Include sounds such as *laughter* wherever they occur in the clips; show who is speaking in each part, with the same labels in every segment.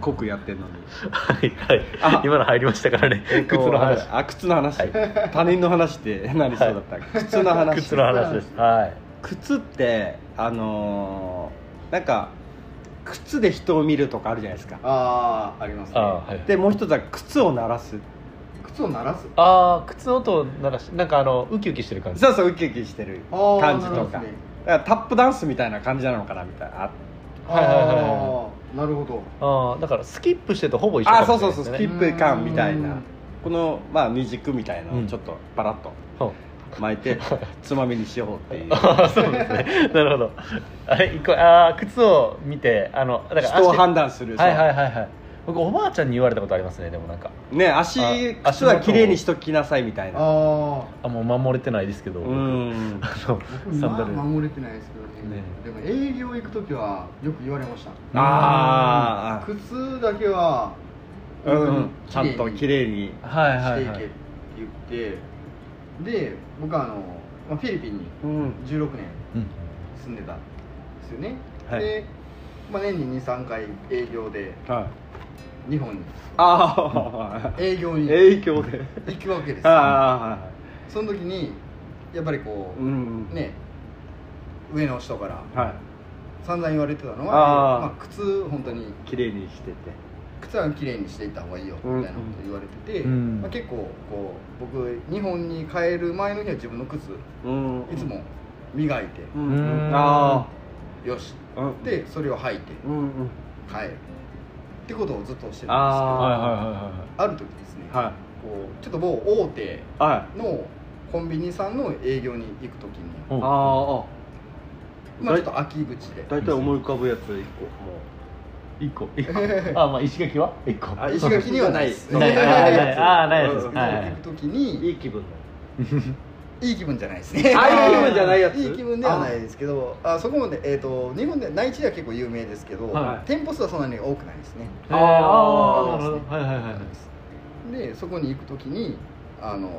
Speaker 1: 濃くやって
Speaker 2: *laughs*
Speaker 1: んのに
Speaker 2: はいはい
Speaker 1: あ
Speaker 2: 今の入りましたからね、
Speaker 1: えっと
Speaker 2: 靴の話
Speaker 1: あれあ靴の話、
Speaker 2: はい
Speaker 1: 他人の話って何そうだった、靴の話
Speaker 2: 靴の話ですはい
Speaker 1: 靴ってあのーなんか靴で人を見るとかあるじゃないですか
Speaker 3: あああります
Speaker 2: あ
Speaker 3: ね
Speaker 2: あはい
Speaker 1: でもう一つは靴を鳴らす
Speaker 3: 靴を鳴らす
Speaker 2: あー靴の音を鳴らしなんかあのウキウキしてる感じ
Speaker 1: そうそうウキウキしてる
Speaker 3: あー
Speaker 1: 感じとか
Speaker 3: 鳴らすね
Speaker 1: だからタップダンスみたいな感じなのかなみたいなあ
Speaker 2: はいはいはいはい
Speaker 3: ああなるほど
Speaker 2: ああだからスキップしてとほぼ一緒
Speaker 1: あ
Speaker 2: か
Speaker 1: そう
Speaker 2: もし
Speaker 1: そう
Speaker 2: れない
Speaker 1: そうス
Speaker 2: ですね
Speaker 1: キップ感みたいな
Speaker 3: うん
Speaker 1: この、まあ、二軸みたいなの
Speaker 2: う
Speaker 1: を
Speaker 2: ん
Speaker 1: ちょっとパラッと
Speaker 2: そう
Speaker 1: 巻いてつまみにしよう
Speaker 2: *laughs*
Speaker 1: っていう
Speaker 2: ああそうですね *laughs* なるほどあれ一個ああ靴を見てあのだから
Speaker 1: 人を判断する
Speaker 2: はいはい
Speaker 1: そ
Speaker 2: はいはい僕おばあちゃんに言われたことありますねでもなんか
Speaker 1: うね足
Speaker 2: あ
Speaker 1: 靴は綺麗にしときなさいみたいな
Speaker 3: あ
Speaker 2: あもう守れてないですけど
Speaker 1: う
Speaker 2: 僕
Speaker 1: ん
Speaker 2: あの
Speaker 3: あ僕
Speaker 2: サン
Speaker 3: 今
Speaker 2: ダル
Speaker 3: 守れてないですけどね
Speaker 2: ね
Speaker 3: でも営業行く時はよく言われました
Speaker 1: あー
Speaker 3: 靴だけは
Speaker 1: あうんちゃんと綺
Speaker 3: 麗
Speaker 1: 麗に
Speaker 2: はい
Speaker 3: に
Speaker 2: は
Speaker 3: して
Speaker 2: い
Speaker 3: いけ
Speaker 2: はい
Speaker 3: って言ってで僕はあのまあフィリピンに
Speaker 1: うん
Speaker 3: 16年
Speaker 2: うん
Speaker 3: 住んでたんですよね、
Speaker 1: はい
Speaker 3: で、まあ、年に23回営業で
Speaker 1: はい
Speaker 3: 日本に
Speaker 1: ああ
Speaker 3: 営業に行
Speaker 1: 影響で
Speaker 3: くわけですよ
Speaker 1: あ
Speaker 3: その時にやっぱりこ
Speaker 1: あ
Speaker 3: う、
Speaker 1: うん
Speaker 3: ね上の人から
Speaker 1: は
Speaker 3: 散々言われてた
Speaker 1: あ
Speaker 3: の
Speaker 1: ー
Speaker 3: は、まあ、靴本当に
Speaker 1: い綺麗にしてて
Speaker 3: 靴は綺麗にしていった方がいいよみたいなこと言われてて、
Speaker 2: うん
Speaker 3: まあ、結構こう僕日本に帰る前の日は自分の靴
Speaker 1: うん
Speaker 3: いつも磨いて、
Speaker 1: うん
Speaker 2: うん
Speaker 1: あ
Speaker 3: よし
Speaker 1: あうん
Speaker 3: でそれを履いて
Speaker 1: うんうん
Speaker 3: 帰るってことをずっとしてるんですけど
Speaker 1: あー
Speaker 2: はいは
Speaker 3: あ
Speaker 2: いはいはい
Speaker 3: る時ですね、
Speaker 1: は
Speaker 3: こうちょっと某大手
Speaker 1: いはい
Speaker 3: のコンビニさんの営業に行く時に、
Speaker 2: うん
Speaker 1: ああ
Speaker 3: まあ、ちょっと秋口で
Speaker 1: 大体思い浮かぶやつ一個も
Speaker 2: 一個一個あまあ石垣は一個
Speaker 1: あ
Speaker 2: あ
Speaker 1: 石
Speaker 3: 石垣にはない
Speaker 1: ない
Speaker 2: ないないないあーないやつです
Speaker 1: うん
Speaker 2: はい
Speaker 3: 行く時に
Speaker 1: いい気分
Speaker 3: いい気分じゃないですね
Speaker 1: あいい気分じゃないやつ
Speaker 3: いい気分ではないですけどあそこまで、えー、と日本で内地では結構有名ですけど、
Speaker 2: はい
Speaker 3: 店舗数はそんなに多くないですね
Speaker 2: あ
Speaker 1: あー
Speaker 2: あーなるほどはいはいはい
Speaker 3: でそこに行く時にあの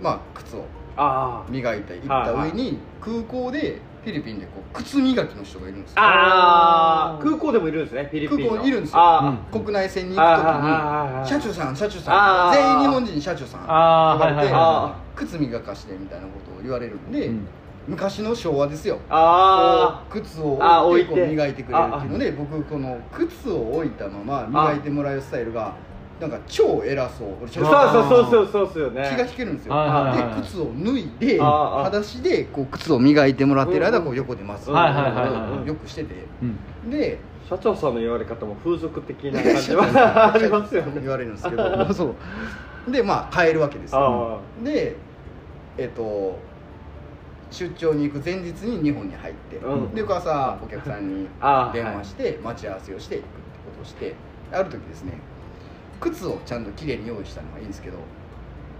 Speaker 3: まあ靴を
Speaker 1: あ
Speaker 3: 磨いて行った上に、空港でフィリピンでこう靴磨きの人がいるんですよ
Speaker 1: ああ空港でもいるんですねフィリピンの
Speaker 3: 空港にいるんですよ
Speaker 1: あ
Speaker 2: うん
Speaker 1: ー
Speaker 3: 国内線に行く
Speaker 1: あーあーあーあー
Speaker 3: 時に社長さん社長
Speaker 1: あ
Speaker 3: さ
Speaker 1: ー
Speaker 3: ん全員日本人社長さん
Speaker 2: あーはいはい
Speaker 3: 呼
Speaker 2: はい
Speaker 3: ばれ
Speaker 1: あ
Speaker 3: て靴磨かしてみたいなことを言われるんで、
Speaker 2: うん
Speaker 3: 昔の昭和ですよ
Speaker 1: あ
Speaker 3: こう靴を
Speaker 1: あー
Speaker 3: 置いて
Speaker 1: 置いて
Speaker 3: こう磨いてくれるっていうので僕この靴を置いたまま磨いてもらうスタイルがなんか超偉そう俺社
Speaker 1: ー
Speaker 3: 長
Speaker 2: あー
Speaker 3: さん
Speaker 1: そうそうそうそうそうっすよ
Speaker 3: 気が
Speaker 1: ね
Speaker 3: 引けるんですよ
Speaker 2: はいはいはいはい
Speaker 3: で靴を脱いで
Speaker 1: あーあー
Speaker 3: 裸足でこう靴を磨いてもらってる間
Speaker 1: うん
Speaker 3: こう横で待つ
Speaker 1: はい
Speaker 2: はいはいはいはい
Speaker 3: よくしてて
Speaker 2: うん
Speaker 3: で
Speaker 1: 社長さんの言われ方も風俗的な感じ
Speaker 3: *laughs*
Speaker 1: はありますよね
Speaker 3: 言われるんです
Speaker 1: *laughs*
Speaker 3: けどそうでまあ買えるわけですよ
Speaker 1: あ
Speaker 3: でえっと出張に行く前日に日本に入って
Speaker 1: うん
Speaker 3: で翌朝お客さんに
Speaker 1: あ
Speaker 3: 電話して待ち合わせをして行くってことをしてある時ですね靴をちゃんときれいに用意したのはいいんですけど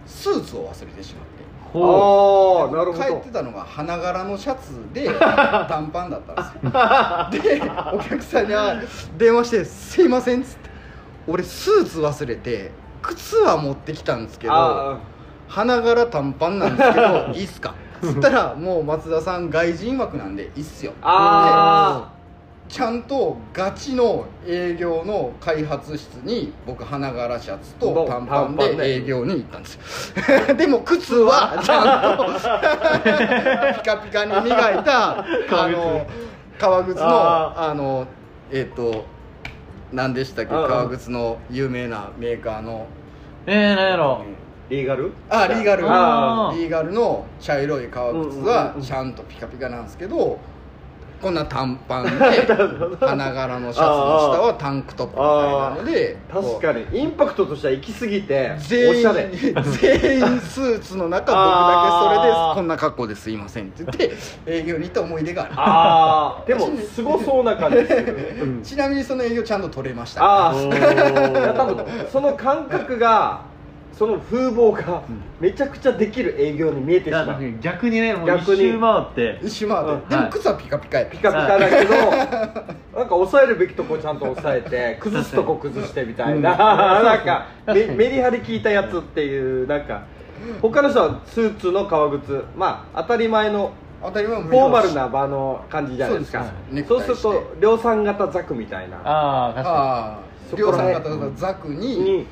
Speaker 3: スーツを忘れてしまって
Speaker 1: あ
Speaker 2: ほ
Speaker 1: ーなるほ
Speaker 3: 帰って
Speaker 1: ど
Speaker 3: たのが花柄のシャツ
Speaker 1: *laughs*
Speaker 3: で短パンだったんですよでお客さんに電話して「すいません」っつって「俺スーツ忘れて靴は持ってきたんですけど
Speaker 1: あ
Speaker 3: 花柄短パンなんですけどいいっすか?」そしたらもう松田さん外人枠なんでいいっすよ
Speaker 1: あ
Speaker 3: でちゃんとガチの営業の開発室に僕花柄シャツと短パン
Speaker 1: 短パンで
Speaker 3: で営業に行ったんですよ *laughs* でも靴はちゃんとピカピカに磨いたあの革靴の
Speaker 1: あ
Speaker 3: あのえっ、と何でしたっけ
Speaker 1: ああ
Speaker 3: 革靴の有名なメーカーの
Speaker 2: えー何やろ
Speaker 1: リーガル
Speaker 3: あリーガルリ
Speaker 2: あー
Speaker 3: ーガルの茶色い革靴
Speaker 1: うんうんうん
Speaker 3: は
Speaker 1: うん
Speaker 3: ちゃんとピカピカなんですけどこんな短パン
Speaker 1: *laughs*
Speaker 3: で花柄のシャツの下はタンクトップみたいなので
Speaker 1: 確かにインパクトとしては行き過ぎて
Speaker 3: こう
Speaker 1: お
Speaker 3: *laughs* 全
Speaker 1: し
Speaker 3: 員
Speaker 1: ゃれ
Speaker 3: 全員スーツの中僕だけそれ
Speaker 1: あ
Speaker 3: で
Speaker 1: ー
Speaker 3: こんな格好ですいませんって言って営業に行った思い出がある
Speaker 1: ああでもすごそうな感じする、
Speaker 3: *laughs*
Speaker 1: うん
Speaker 3: ちなみにその営業ちゃんと取れました
Speaker 1: ああ
Speaker 2: お
Speaker 1: い
Speaker 2: ー
Speaker 1: や多分その感覚がその風貌がめちゃくちゃできる営業に見え
Speaker 2: い
Speaker 1: てし
Speaker 2: や
Speaker 1: まう
Speaker 2: 逆にねもう一
Speaker 1: 逆に
Speaker 2: 周回って
Speaker 3: 一瞬回っ
Speaker 1: うん
Speaker 3: てで
Speaker 2: は
Speaker 3: も
Speaker 2: い
Speaker 3: 靴はピカピカや
Speaker 1: ピカピカだけどなんか抑えるべきとこちゃんと抑えて崩すとこ崩してみたいな *laughs* なんかめメリハリ効いたやつっていうなんか他の人はスーツの革靴まあ当たり前の
Speaker 3: 当たり前
Speaker 1: フォーマルな場の感じじゃないですか
Speaker 3: そうですね
Speaker 1: そうすると量産型ザクみたいな
Speaker 2: ああ確か
Speaker 3: ああ
Speaker 1: そこ
Speaker 3: 量
Speaker 1: ら
Speaker 3: 産
Speaker 1: へん
Speaker 3: 型のザクに
Speaker 1: に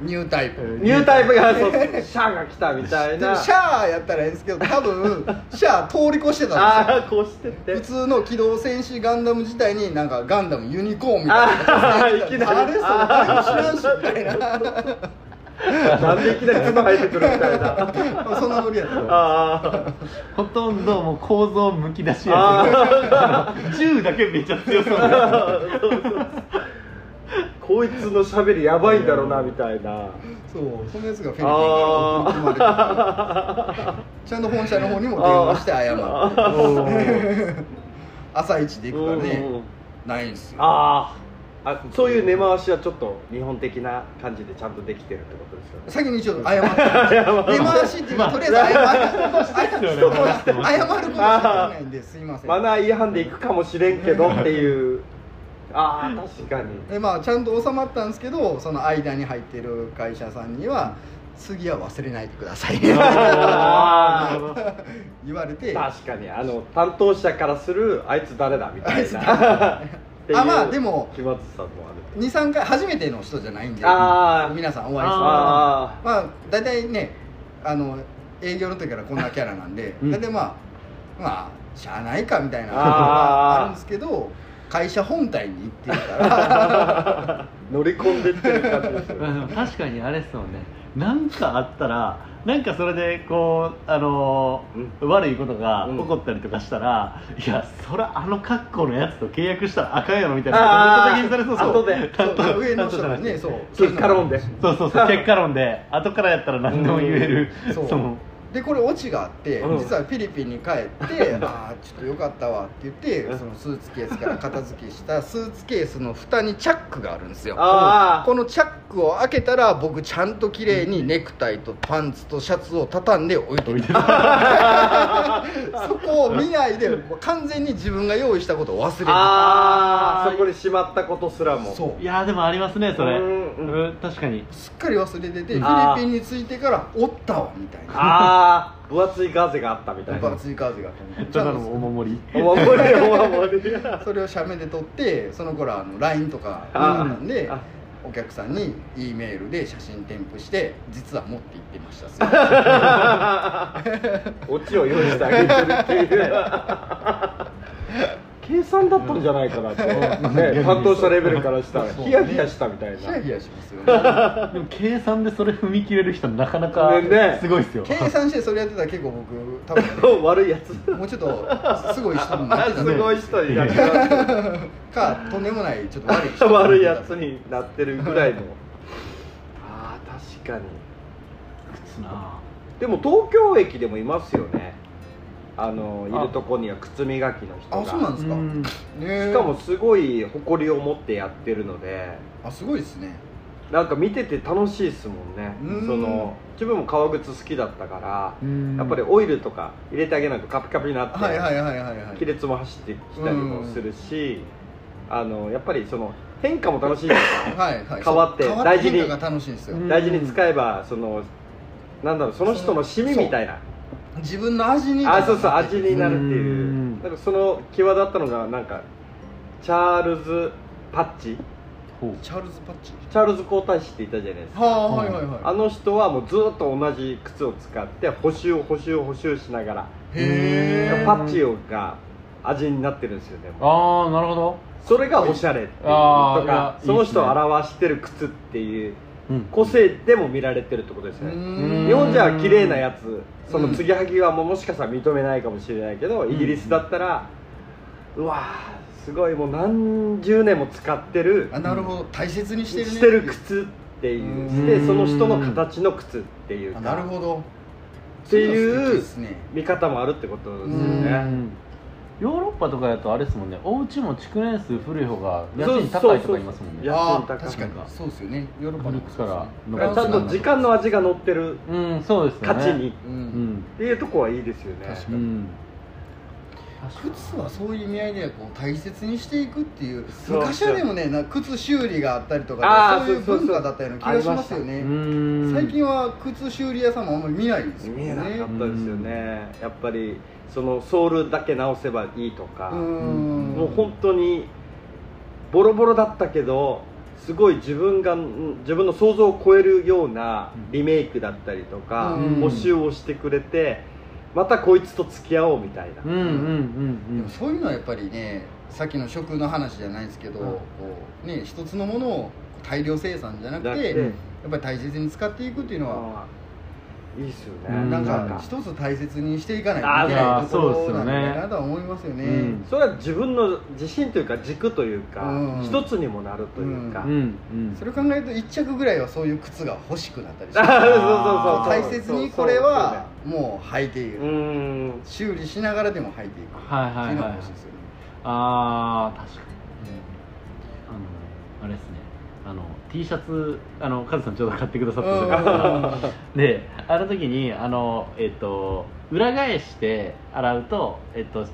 Speaker 3: ニュータイプ、
Speaker 1: ニュータイプがそうシャアが来たみたい
Speaker 3: でも
Speaker 1: な
Speaker 3: *laughs* シャアやったらええんですけど多
Speaker 1: *laughs*
Speaker 3: 分シャア通り越してたんですよ
Speaker 1: ああこうしてって
Speaker 3: 普通の機動戦士ガンダム自体になんかガンダムユニコーンみたいな
Speaker 1: あーいきなり
Speaker 3: あれそれ誰も知らんしみ
Speaker 1: *laughs*
Speaker 3: たいな
Speaker 1: なんでいきなり角入ってくるみたいな
Speaker 3: *laughs* そんなノリやった
Speaker 1: あ
Speaker 2: ほとんどもう構造むき出
Speaker 1: ー *laughs*
Speaker 2: し
Speaker 1: あ
Speaker 2: やけど銃だけめっちゃ強そうな
Speaker 1: ーそうそうそうこいつの喋りやばいんだろうなみたいな
Speaker 3: そうそのやつがフェリピンから送り込まれて
Speaker 1: あ
Speaker 3: ちゃんと本社の方にも電話して謝
Speaker 1: あ
Speaker 3: って *laughs* 朝一で行くからねないんすよ
Speaker 1: あーあそういう根回しはちょっと日本的な感じでちゃんとできてるってことですよね
Speaker 3: 先にちょっと謝って出回しっていうかとりあえず謝る
Speaker 2: ですよね話しても
Speaker 3: 謝ることしかできないんですいません
Speaker 1: マナー違反で行くかもしれんけどっていうああ確かに
Speaker 3: でまあちゃんと収まったんですけどその間に入ってる会社さんには次は忘れないでください
Speaker 1: あー
Speaker 3: 言われて
Speaker 1: 確かにあの担当者からするあいつ誰だみた
Speaker 3: あい
Speaker 1: い
Speaker 3: つ
Speaker 1: なっていう
Speaker 3: あまあでも
Speaker 1: 気まずさもある
Speaker 3: 23回初めての人じゃないんで
Speaker 1: あー
Speaker 3: 皆さんお会いするま
Speaker 1: あ
Speaker 3: あ大体ねあの営業の時からこんなキャラなんで、
Speaker 1: うん
Speaker 3: 大体まあまあしゃあないかみたい
Speaker 1: あ
Speaker 3: な
Speaker 1: ー
Speaker 3: のがあるんですけど会社本体に行ってるから
Speaker 1: ー乗り込んでってる感
Speaker 3: *laughs*
Speaker 1: じですよ
Speaker 2: まあでも *laughs* 確かにあれっすもんねなんかあったらなんかそれでこうあのー悪いことが起こったりとかしたら、いやそらあの格好のやつと契約したらあかんやろみたいな
Speaker 1: あー
Speaker 2: 責任されそうそう
Speaker 1: 後で
Speaker 2: 担当
Speaker 3: そう上の
Speaker 2: 担
Speaker 3: 人
Speaker 2: 当
Speaker 3: が
Speaker 2: 者の
Speaker 3: ねそう
Speaker 1: 結果論で
Speaker 2: そうそうそう結果論で後からやったら何でも言える、
Speaker 3: うんそう
Speaker 2: の
Speaker 3: でこれオチがあって、
Speaker 1: うん
Speaker 3: 実はフィリピンに帰って「ああちょっとよかったわ」って言って、そのスーツケースから片付けしたスーツケースの蓋にチャックがあるんですよ
Speaker 1: あー
Speaker 3: このチャックを開けたら僕ちゃんと綺麗にネクタイとパンツとシャツを畳んで置いとい
Speaker 1: *laughs*
Speaker 3: たそこを見ないで完全に自分が用意したことを忘れてた
Speaker 1: ああそこにしまったことすらも
Speaker 3: そう
Speaker 2: いやーでもありますねそれ
Speaker 1: うんうん
Speaker 2: うん確かに
Speaker 3: すっかり忘れてて
Speaker 1: う
Speaker 3: フ
Speaker 1: ん
Speaker 3: ィリピンに着いてから「おったわ」みたいな
Speaker 1: ああ分厚いガーゼがあったみた
Speaker 3: やっ
Speaker 1: い
Speaker 3: ぱ
Speaker 1: な
Speaker 3: 追加味があった
Speaker 2: ただのお守り
Speaker 1: お守りお守り
Speaker 3: それを写メで撮ってその頃はあの LINE とか
Speaker 1: あ
Speaker 3: なんで
Speaker 1: あ
Speaker 3: お客さんに E メールで写真添付して実は持って行ってました
Speaker 1: *laughs* オチを用意してあげてるっていう *laughs* 計算だったんじゃないかなと、 *laughs* ね、担当者レベルからしたら
Speaker 3: そう
Speaker 1: ヒヤヒヤしたみたいな
Speaker 3: ヒヤヒヤしますよね
Speaker 2: でも計算でそれ踏み切れる人なかなか
Speaker 1: ねね
Speaker 2: すごいですよ、
Speaker 3: 計算してそれやってたら結構僕多分
Speaker 1: そう悪いやつ
Speaker 3: ねもうちょっとすごい人にな
Speaker 1: あ
Speaker 3: ってた
Speaker 1: す
Speaker 3: んで
Speaker 1: ごい人になって
Speaker 3: *laughs* かとんでもないちょっと悪い
Speaker 1: ま
Speaker 3: 人
Speaker 1: す悪いやつになってるぐらいのああ確かに
Speaker 2: 靴な
Speaker 1: でも東京駅でもいますよねあのいるとこには靴磨きの人が
Speaker 3: あそうなんですか
Speaker 2: うん
Speaker 1: し
Speaker 3: ね
Speaker 1: かもすごい誇りを持ってやってるので
Speaker 3: あすごいですね
Speaker 1: なんか見てて楽しいですもんね
Speaker 3: うん
Speaker 1: その自分も革靴好きだったから
Speaker 2: うん
Speaker 1: やっぱりオイルとか入れてあげないとカピカピになって、
Speaker 3: はいはいはいはいはい
Speaker 1: 亀裂も走ってきたりもするし、あのやっぱりその変化も楽しいじゃないですか
Speaker 3: はいはい
Speaker 1: 変わって
Speaker 3: 変
Speaker 1: 大事に
Speaker 3: 変化が楽しいんですよ
Speaker 2: うん
Speaker 1: 大事に使えばそのなんだろうその人のシミみたいな
Speaker 3: 自分の味に
Speaker 1: あそうそう味になるっていう
Speaker 2: うん
Speaker 1: なんかその際立ったのがなんかチャールズ・パッチ
Speaker 2: ほう
Speaker 3: チャールズ・パッチ
Speaker 1: チャールズ皇太子っていたじゃないですか
Speaker 3: はあはいはいはい
Speaker 1: あの人はもうずっと同じ靴を使って補修補修補修しながら
Speaker 3: へー
Speaker 1: パッチが味になってるんですよねもう
Speaker 2: ああなるほど、
Speaker 1: それがおしゃれっていうと
Speaker 2: あーい
Speaker 1: か
Speaker 2: や
Speaker 1: その人を
Speaker 2: いいっすね
Speaker 1: 表してる靴っていう
Speaker 2: うん
Speaker 1: 個性でも見られてるってことです
Speaker 3: う
Speaker 1: ね
Speaker 3: ーん
Speaker 1: 日本じゃ綺麗なやつその
Speaker 3: うん
Speaker 1: 継ぎはぎはもうもしかしたら認めないかもしれないけど、
Speaker 2: ん
Speaker 1: イギリスだったらうわーすごいもう何十年も使ってる
Speaker 3: あなるほど大切にしてるね
Speaker 1: してる靴っていう
Speaker 3: うん
Speaker 1: でその人の形の靴っていう
Speaker 3: あ
Speaker 1: か
Speaker 3: なるほど
Speaker 1: っていう
Speaker 3: それは素敵ですね
Speaker 1: 見方もあるってことですよ
Speaker 2: う
Speaker 1: ね
Speaker 2: んヨーロッパとかだとあれですもんねお家も築年数古い方が家賃高いとか言いますも
Speaker 1: そう
Speaker 2: んね
Speaker 1: そうそう安
Speaker 3: あ
Speaker 1: い
Speaker 3: あ
Speaker 1: 高い
Speaker 3: 確かにそうですよねヨーロッパの
Speaker 2: 古くから
Speaker 1: だ
Speaker 2: の
Speaker 1: からちゃんと時間の味が乗ってる
Speaker 2: うんそうですよね
Speaker 1: 価値にっ
Speaker 3: う
Speaker 2: うんん
Speaker 1: ていうとこはいいですよね
Speaker 3: 確か
Speaker 2: う
Speaker 3: に
Speaker 2: ん
Speaker 3: 靴はそういう意味合いではこう大切にしていくっていう
Speaker 1: そう
Speaker 3: 昔はでもねなんか靴修理があったりと
Speaker 1: あー
Speaker 3: かそういう
Speaker 1: そうそうそう
Speaker 3: 文化だったような気がしますよ
Speaker 2: う
Speaker 3: ね
Speaker 2: ん
Speaker 3: 最近は靴修理屋さんもあんまり見ないですよ
Speaker 1: 見え
Speaker 3: ね
Speaker 1: なかったですよねやっぱりそのソールだけ直せばいいとか
Speaker 3: うーん
Speaker 1: もう本当にボロボロだったけどすごい自分がうん自分の想像を超えるようなリメイクだったりとか、
Speaker 3: うん
Speaker 1: 補修をしてくれてまたこいつと付き合おうみたいな、
Speaker 2: うんうんうん
Speaker 3: でもそういうのはやっぱりねさっきの食の話じゃないですけど、
Speaker 1: うん
Speaker 3: こうね、一つのものを大量生産じゃなく
Speaker 1: だってて、
Speaker 3: やっぱり大切に使っていくっていうのは、
Speaker 1: ああいいっすよね、
Speaker 2: うん
Speaker 3: なん
Speaker 1: な
Speaker 3: か
Speaker 1: んか
Speaker 3: 一つ大切にしていかないといけ
Speaker 2: あ
Speaker 3: な
Speaker 2: ー
Speaker 3: いとこ
Speaker 2: そう
Speaker 3: ろ
Speaker 2: です
Speaker 3: な
Speaker 2: よ
Speaker 3: ん
Speaker 2: ね
Speaker 3: だなとは思いますよね。
Speaker 2: うん
Speaker 1: それは自分の自信というか軸というか、
Speaker 3: うん
Speaker 1: 一つにもなるというか、
Speaker 2: うん
Speaker 1: *laughs*
Speaker 2: うん
Speaker 3: それを考えると1着ぐらいはそういう靴が欲しくなったりし
Speaker 1: *laughs* あ
Speaker 3: て
Speaker 1: あそうそう
Speaker 3: 大
Speaker 1: そう
Speaker 3: 切にこれはもう履いてい
Speaker 1: そうそう
Speaker 3: る、
Speaker 1: そううん
Speaker 3: 修理しながらでも履いていくって
Speaker 2: はいはいいう
Speaker 3: の
Speaker 2: は
Speaker 3: が
Speaker 2: い
Speaker 3: 欲しいですよね、
Speaker 2: ああ確かにあのあれですねあの T シャツあのカズさんちょうど買ってくださったじゃないですかであの時にあのえっと裏返して洗うとえっと、えー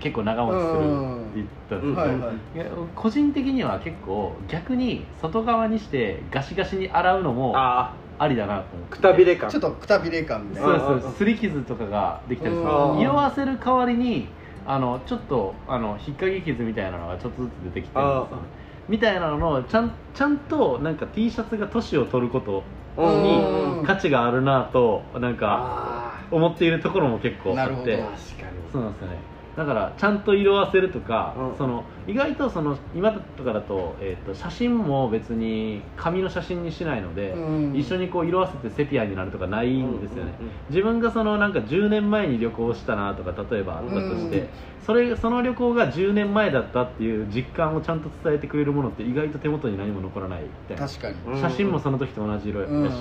Speaker 2: 結構長持ちするって言ったんですけど、
Speaker 1: うん
Speaker 3: はいはい
Speaker 2: いや個人的には結構逆に外側にしてガシガシに洗うのもあ
Speaker 1: あ
Speaker 2: りだなと思っ
Speaker 1: あ
Speaker 2: て
Speaker 1: くたびれ感
Speaker 3: ちょっとくたびれ感みたい
Speaker 2: そ
Speaker 3: な
Speaker 1: あ
Speaker 2: うですそうですすり傷とかができたりする
Speaker 1: うん
Speaker 2: 色あせる代わりにあのちょっとあの引っ掛け傷みたいなのがちょっとずつ出てきてるんですよねみたいなのをちゃんちゃんとなんか T シャツが年を取ること
Speaker 1: うん
Speaker 3: うん
Speaker 2: 価値があるなとなんか
Speaker 1: あ
Speaker 2: 思っているところも結構あ
Speaker 3: なる
Speaker 2: っ
Speaker 3: ほ
Speaker 2: て
Speaker 3: ど
Speaker 1: あ確かに
Speaker 2: そうなんですよねだからちゃんと色あせるとか、
Speaker 1: うん
Speaker 2: その意外とその今とかだと,、えー、と写真も別に紙の写真にしないので、一緒
Speaker 3: に
Speaker 2: にこう色あせてセピアになるとかない
Speaker 1: い
Speaker 2: んですよね、自分がそのなんか10年前に旅行したなとか例えばあったとして、
Speaker 3: うん
Speaker 2: それその旅行が10年前だったっていう実感をちゃんと伝えてくれるものって意外と手元に何も残らないみたいな
Speaker 3: 確かに、
Speaker 1: うん
Speaker 2: 写真もその時と同じ色やし、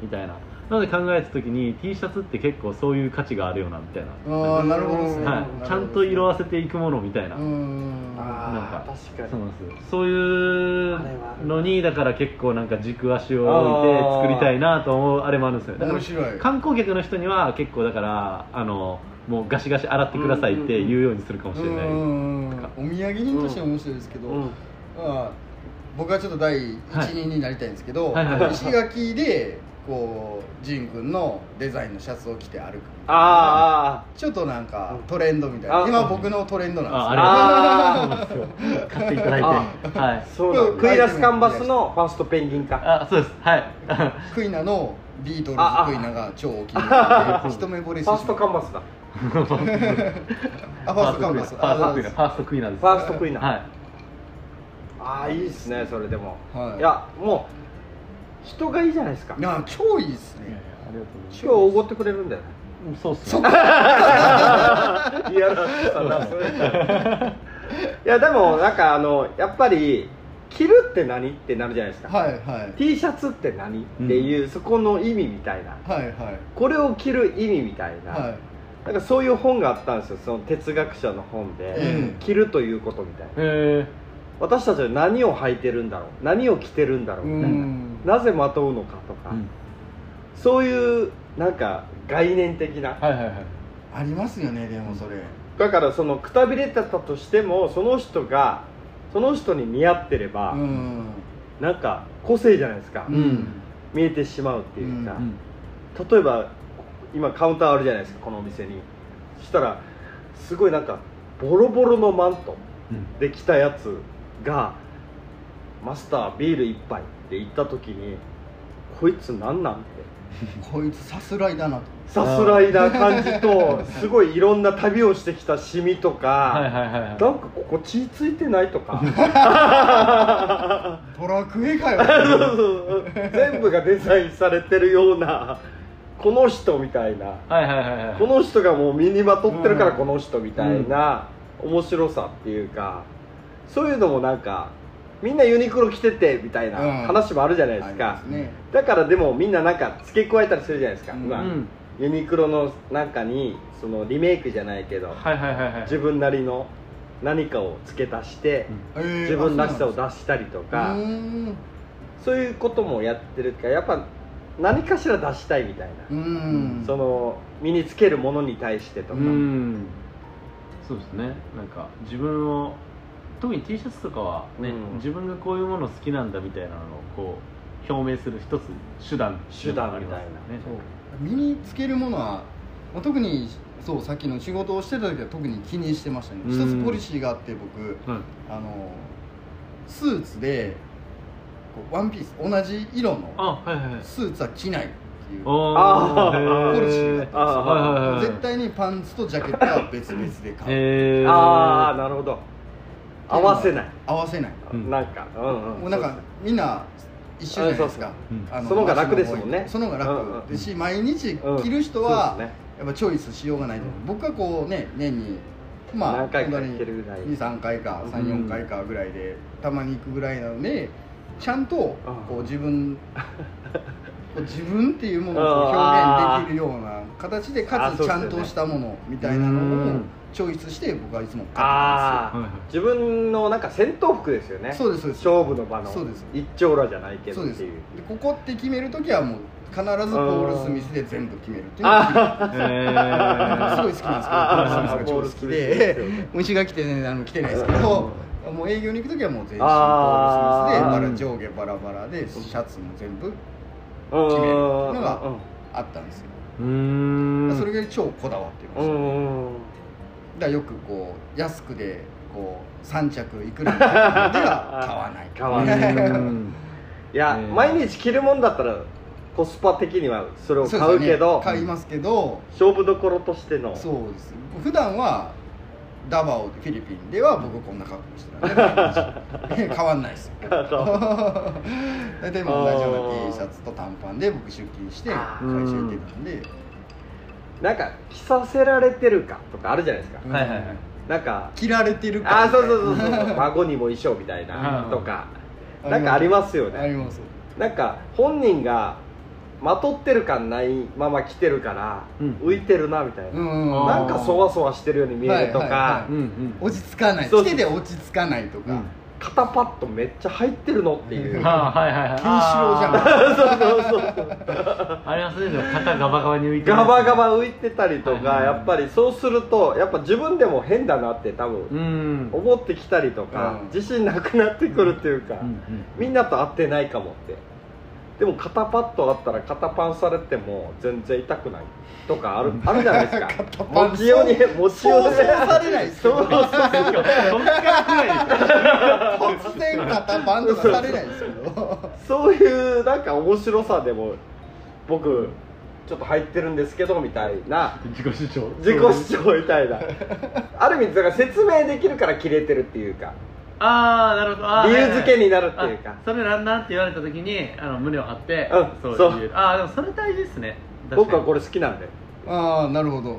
Speaker 2: みたいななので考えた時に T シャツって結構そういう価値があるよなみたいな、
Speaker 3: ああなるほどですね、
Speaker 1: うん
Speaker 2: はい、ちゃんと色あせていくものみたいな、
Speaker 3: うん
Speaker 1: ああ確かに
Speaker 2: そうなんですよそういうのにだから結構なんか軸足を置い
Speaker 1: あー
Speaker 2: て作りたいなと思うあれもあるんですよだか
Speaker 3: 面
Speaker 2: ら
Speaker 3: 白い
Speaker 2: 観光客の人には結構だからあのもうガシガシ洗ってくださいって言うようにするかもし
Speaker 3: う
Speaker 2: れ
Speaker 3: ん
Speaker 2: な
Speaker 3: う
Speaker 2: い、
Speaker 3: んうんお土産人としては面白いですけど、
Speaker 1: うん
Speaker 3: まあ、僕はちょっと第一
Speaker 2: はい
Speaker 3: 人になりたいんですけど、
Speaker 2: はいはいはい
Speaker 3: 石垣でこう仁君のデザインのシャツを着て歩く
Speaker 1: あ
Speaker 3: ちょっとなんか
Speaker 1: うん
Speaker 3: トレンドみたいな
Speaker 1: あ
Speaker 3: 今僕のトレンド
Speaker 2: あ
Speaker 3: な
Speaker 2: あ
Speaker 3: ん
Speaker 2: り
Speaker 3: で
Speaker 2: が
Speaker 1: あ
Speaker 2: とうございます買っていただいて
Speaker 1: あ
Speaker 2: はい
Speaker 1: あそうなんだ
Speaker 3: うん
Speaker 1: クイラスカンバスのファーストペンギンか
Speaker 2: あそうですはい
Speaker 3: すよクイナのビートルズ
Speaker 1: ああ
Speaker 3: クイナが超大きいので一目惚れして
Speaker 1: ファー
Speaker 3: しまう
Speaker 1: ストカンバスだ
Speaker 3: あファーストカンバス
Speaker 2: ファーストクイナ
Speaker 3: あ
Speaker 2: ファーストクイナです
Speaker 1: ファーストクイナ、
Speaker 2: はい
Speaker 1: ああいいっすねそれでも、
Speaker 3: はい
Speaker 1: いやもう人がいいじゃないですか
Speaker 3: いや超いいです
Speaker 2: いやいや
Speaker 3: ね
Speaker 2: ありがとうございます
Speaker 1: 今日おごってくれるんだよね
Speaker 2: うんそうっす
Speaker 3: そ
Speaker 2: よ
Speaker 3: っか
Speaker 1: いやいやでもなんかあのやっぱり着るって何ってなるじゃないですか、
Speaker 3: はいはい
Speaker 1: T シャツって何っていう、そこの意味みたいな
Speaker 3: はいはい
Speaker 1: これを着る意味みたいな、
Speaker 3: はい
Speaker 1: なんかそういう本があったんですよその哲学者の本で、
Speaker 3: ええ
Speaker 1: 着るということみたいな
Speaker 2: へ
Speaker 1: 私たちは何を履いてるんだろう何を着てるんだろう
Speaker 3: う
Speaker 1: みたいな、
Speaker 3: ん
Speaker 1: なぜまとうのかと
Speaker 2: え
Speaker 1: か、そういうなんか概念的な、
Speaker 2: はいはいはい
Speaker 3: ありますよねでもそれ
Speaker 1: だからそのくたびれてたとしてもその人がその人に似合ってれば、
Speaker 3: うん
Speaker 1: なんか個性じゃないですか、
Speaker 3: うん
Speaker 1: 見えてしまうっていうか、
Speaker 2: うん
Speaker 1: 例えば今カウンターあるじゃないですかこのお店にそしたらすごいなんかボロボロのマントできたやつが「マスタービール一杯」って言った時に「こいつなんなん?」って
Speaker 3: こいつさすらいだなと
Speaker 1: さすらいな感じとすごいいろんな旅をしてきたシミとか、
Speaker 2: はいはいはいはい
Speaker 1: なんかここ血ついてないとか
Speaker 3: ドラクエかよ
Speaker 1: *laughs* 全部がデザインされてるようなこの人みたいな
Speaker 2: はいはいはいはい
Speaker 1: この人がもう身にまとってるから
Speaker 3: うん
Speaker 1: この人みたいな面白さっていうかそういうのもなんかみんなユニクロ着ててみたいな
Speaker 3: うん
Speaker 1: 話もあるじゃないで
Speaker 3: あ
Speaker 1: す
Speaker 3: り
Speaker 1: か
Speaker 3: ま、すね
Speaker 1: だからでもみんななんか付け加えたりするじゃないですか、
Speaker 3: うん
Speaker 1: 今
Speaker 2: うん
Speaker 1: ユニクロの中にそのリメイクじゃないけど
Speaker 2: はいはいはいはい
Speaker 1: 自分なりの何かを付け足して
Speaker 2: うん
Speaker 1: 自分らしさを出
Speaker 3: す
Speaker 1: したりと
Speaker 3: か
Speaker 1: かそういうこともやってるからやっぱ何かしら出したいみたいな、
Speaker 3: うん
Speaker 1: その身につけるものに対してと
Speaker 2: う
Speaker 1: か、
Speaker 2: んそうですねなんか自分を特に T シャツとかはね、
Speaker 1: うん
Speaker 2: 自分がこういうもの好きなんだみたいなのをこう表明する一つ手段
Speaker 1: 手段みたいな
Speaker 2: でもあります
Speaker 3: そ
Speaker 2: よ
Speaker 3: う
Speaker 2: ね
Speaker 3: 身につけるものは、まあ、特にそうさっきの仕事をしてた時は特に気にしてましたね
Speaker 2: うん
Speaker 3: 一つポリシーがあって僕
Speaker 2: うん
Speaker 3: あのスーツでワンピース同じ色の
Speaker 2: あはいはいはい
Speaker 3: スーツは着ないっていうポ
Speaker 2: あ
Speaker 1: ー
Speaker 3: リシーだっ
Speaker 1: ああはい
Speaker 2: はい
Speaker 3: た
Speaker 2: は
Speaker 3: ん
Speaker 2: い
Speaker 3: ですよ絶対にパンツとジャケットは別々で買う、
Speaker 2: へー
Speaker 1: ああなるほど合わせない、
Speaker 3: 合わせない
Speaker 2: うん
Speaker 1: なんかうんうん
Speaker 3: もうなんかみんな一緒じゃないですか
Speaker 2: そうそううん
Speaker 3: あ
Speaker 1: その方が楽ですもんね
Speaker 3: その方が
Speaker 1: うんうん
Speaker 3: 楽ですし毎日
Speaker 1: うん
Speaker 3: 着る人
Speaker 1: そ
Speaker 3: は
Speaker 1: うですね
Speaker 3: やっぱチョイスしようがないと思う僕はこうね年にまあ
Speaker 1: 何回か
Speaker 3: 本当に
Speaker 1: 着てるぐらい
Speaker 3: 2、3回か
Speaker 1: うん
Speaker 3: 3、4回かぐらいでたまに行くぐらいなのでちゃんとこう自分こう自分っていうものをこう表現できるような形で
Speaker 1: あ
Speaker 3: か
Speaker 1: ーそ
Speaker 3: つ
Speaker 1: う
Speaker 3: ち
Speaker 1: で
Speaker 3: ゃ
Speaker 1: すよね
Speaker 3: んとしたものみたいなの
Speaker 2: う
Speaker 3: を
Speaker 2: ん
Speaker 3: チョイスして僕はいつも買ってま
Speaker 1: あ
Speaker 2: はいはい
Speaker 1: あ自分のなんか戦闘服ですよね
Speaker 3: そうですそうです
Speaker 1: 勝負の場の
Speaker 3: そうです
Speaker 1: 一丁羅じゃないけ
Speaker 3: す
Speaker 1: どっ
Speaker 3: そうで
Speaker 1: て
Speaker 3: す
Speaker 1: い
Speaker 3: で
Speaker 1: う
Speaker 3: ここって決める時はもう必ずポール・スミスで全部決めるっていうのが
Speaker 1: あ
Speaker 2: へー
Speaker 3: すごい好きなん
Speaker 1: あ
Speaker 3: ですけど、
Speaker 1: ボー
Speaker 3: ポー
Speaker 1: ルスミ
Speaker 3: ルスミスが超好き
Speaker 1: スで
Speaker 3: で、虫が来てね、あの来てないですけど、もう営業に行くときはもう全身ポ
Speaker 1: あー
Speaker 3: ールスミスで、バラ上下バラバラで、シャツも全部
Speaker 1: あ
Speaker 3: 決めるのがあったんですよ。
Speaker 2: うーん
Speaker 3: それが超こだわってま
Speaker 1: う
Speaker 3: した。だか
Speaker 1: んうん
Speaker 3: らよくこう安くでこう三着いくらみたいなので
Speaker 1: *laughs*
Speaker 3: は買わない。
Speaker 1: 買わない
Speaker 2: うん
Speaker 1: いや、
Speaker 2: えー
Speaker 1: 毎日着るもんだったらコスパ的にはそれを買
Speaker 3: そうです
Speaker 1: け
Speaker 3: よね
Speaker 1: ど
Speaker 3: 買いますけど、
Speaker 1: 勝負どころとしての
Speaker 3: そうです。普段はダバオフィリピンでは僕こんな格好してたんで
Speaker 1: *laughs*
Speaker 3: 変わんないですよ。 *laughs* 大体もう同じような T シャツと短パンで僕出勤して会
Speaker 1: あ
Speaker 3: 社
Speaker 2: ー
Speaker 3: 行ってたんで、
Speaker 1: なんか着させられてるかとかあるじゃないですか、
Speaker 3: うん
Speaker 2: はいはいはい
Speaker 1: なんか
Speaker 3: 着られてるから
Speaker 1: あーそうそうそう
Speaker 3: *laughs*
Speaker 1: そう孫にも衣装みたいな
Speaker 2: うん
Speaker 1: とかなんかありますよ
Speaker 3: あり
Speaker 1: ね
Speaker 3: ます
Speaker 1: なんか本人がまとってる感ないまま着てるから
Speaker 2: うん
Speaker 1: 浮いてるなみたいな、
Speaker 3: ん
Speaker 2: あー
Speaker 1: なんかそわそわしてるように見えるとか、
Speaker 3: はいはいは
Speaker 2: う
Speaker 3: い
Speaker 2: んうん
Speaker 3: 落ち着かない
Speaker 1: そう
Speaker 3: 着てて落ち着かないとか、
Speaker 2: うん
Speaker 1: 肩パッドめっちゃ入ってるのっていうそう
Speaker 2: あーはい
Speaker 3: *laughs*
Speaker 2: はいはい
Speaker 1: *laughs* そ
Speaker 2: あ
Speaker 3: ケンシロウじゃん
Speaker 1: うそう
Speaker 2: ーありますねでも肩ガバガバに浮いてる
Speaker 1: ガバガバ浮いてたりとか、
Speaker 2: はい
Speaker 1: やっぱりそうするとやっぱ自分でも変だなって多
Speaker 2: う
Speaker 1: 分
Speaker 2: ん
Speaker 1: 思ってきたりとか、
Speaker 3: うん
Speaker 1: 自信なくなってくるっていうか、
Speaker 2: うん
Speaker 1: みんなと合ってないかもってでも肩パッドあったら肩パンされても全然痛くないとかあるあるじゃないです
Speaker 3: 肩
Speaker 1: か
Speaker 3: パン
Speaker 1: 持ちように持ちよう
Speaker 3: 想像されないです
Speaker 1: そ
Speaker 3: よ
Speaker 1: うそうそう
Speaker 2: うんそっから来ないですよ
Speaker 3: 突然肩バンとかされないですけど
Speaker 1: そういうなんか面白さでも僕ちょっと入ってるんですけどみたいな
Speaker 2: 自己主張
Speaker 1: 自己主張みたいなある意味だから説明できるから切れてるっていうか
Speaker 2: ああなるほどあー
Speaker 1: 理由付けになるって
Speaker 2: はいはい
Speaker 1: いうか
Speaker 2: あそれなんなんって言われた時にあの胸を張って
Speaker 1: うん
Speaker 2: そういうああでもそれ大事ですね確かに
Speaker 1: 僕はこれ好きなんで
Speaker 3: ああなるほど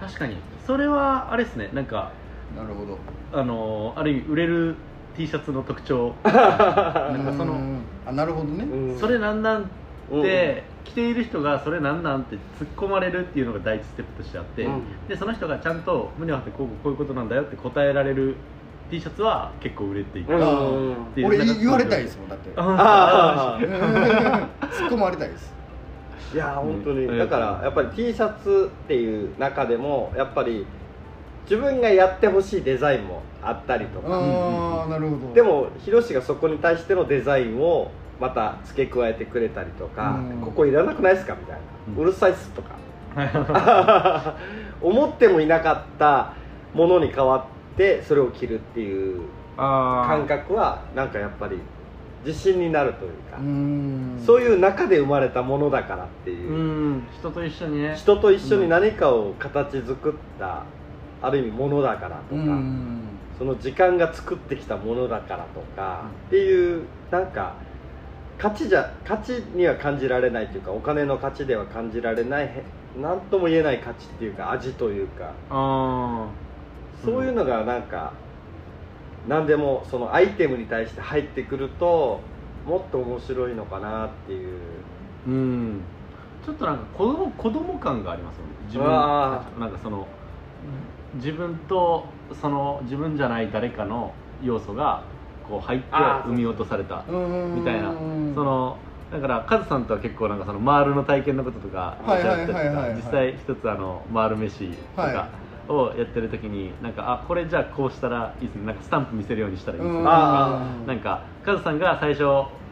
Speaker 2: 確かにそれはあれですねなんか
Speaker 3: なるほど
Speaker 2: あのーある意味売れる T シャツの特徴なんかその
Speaker 3: うんあなるほどね、
Speaker 1: うん
Speaker 2: それなんなんっ
Speaker 1: うん
Speaker 2: て着ている人がそれなんなんって突っ込まれるっていうのが第一ステップとしてあって、
Speaker 1: うん
Speaker 2: でその人がちゃんと胸を張ってこうこういうことなんだよって答えられる T シャツは結構売れていく、
Speaker 1: うん
Speaker 2: あ
Speaker 1: うん
Speaker 3: 俺言われたいですもんだって突っ
Speaker 1: あー
Speaker 3: 込まれたい
Speaker 1: *laughs*
Speaker 3: です
Speaker 1: いやー本当に、
Speaker 2: うん
Speaker 1: だからやっぱり T シャツっていう中でもやっぱり自分がやってほしいデザインもあったりとか、
Speaker 3: ああなるほど
Speaker 1: でもヒロシがそこに対してのデザインをまた付け加えてくれたりとか、
Speaker 3: うん
Speaker 1: ここいらなくないですかみたいな、
Speaker 2: う
Speaker 1: うんるさいっすとか *laughs* 思ってもいなかったものに変わってそれを着るっていう感
Speaker 2: 感
Speaker 1: 覚はなんかやっぱり自信になるというか、
Speaker 3: うん
Speaker 1: そういう中で生まれたものだからっていうう、
Speaker 2: ん人と一緒にね
Speaker 1: 人と一緒に何かを形作ったある意味ものだからとか、
Speaker 3: うん
Speaker 1: その時間が作ってきたものだからとか、っていうなんか価値じゃ価値には感じられないというかお金の価値では感じられないへ何とも言えない価値っていうか味というか
Speaker 2: あ
Speaker 1: そういうのがなんか、何でもそのアイテムに対して入ってくるともっと面白いのかなっていう
Speaker 2: ーうんちょっとなんか子供子供感がありますよね自分
Speaker 1: うわ
Speaker 2: なんかその自分とその自分じゃない誰かの要素がこう入って
Speaker 1: あー
Speaker 2: 生み落とされた
Speaker 3: うん
Speaker 2: みたいなそのだからカズさんとは結構なんかそのマールの体験のこととかおっ
Speaker 3: はい
Speaker 2: し
Speaker 3: は
Speaker 2: ゃっ
Speaker 3: い
Speaker 2: てた
Speaker 3: は
Speaker 2: り
Speaker 3: い
Speaker 2: と
Speaker 3: はい
Speaker 2: か実際一つあのマール飯とか
Speaker 3: は
Speaker 2: をやってる時になんかあこれじゃあこうしたらいいですねなんかスタンプ見せるようにしたらいいですねと
Speaker 3: うん
Speaker 2: か
Speaker 3: うん
Speaker 2: なんかカズさんが最初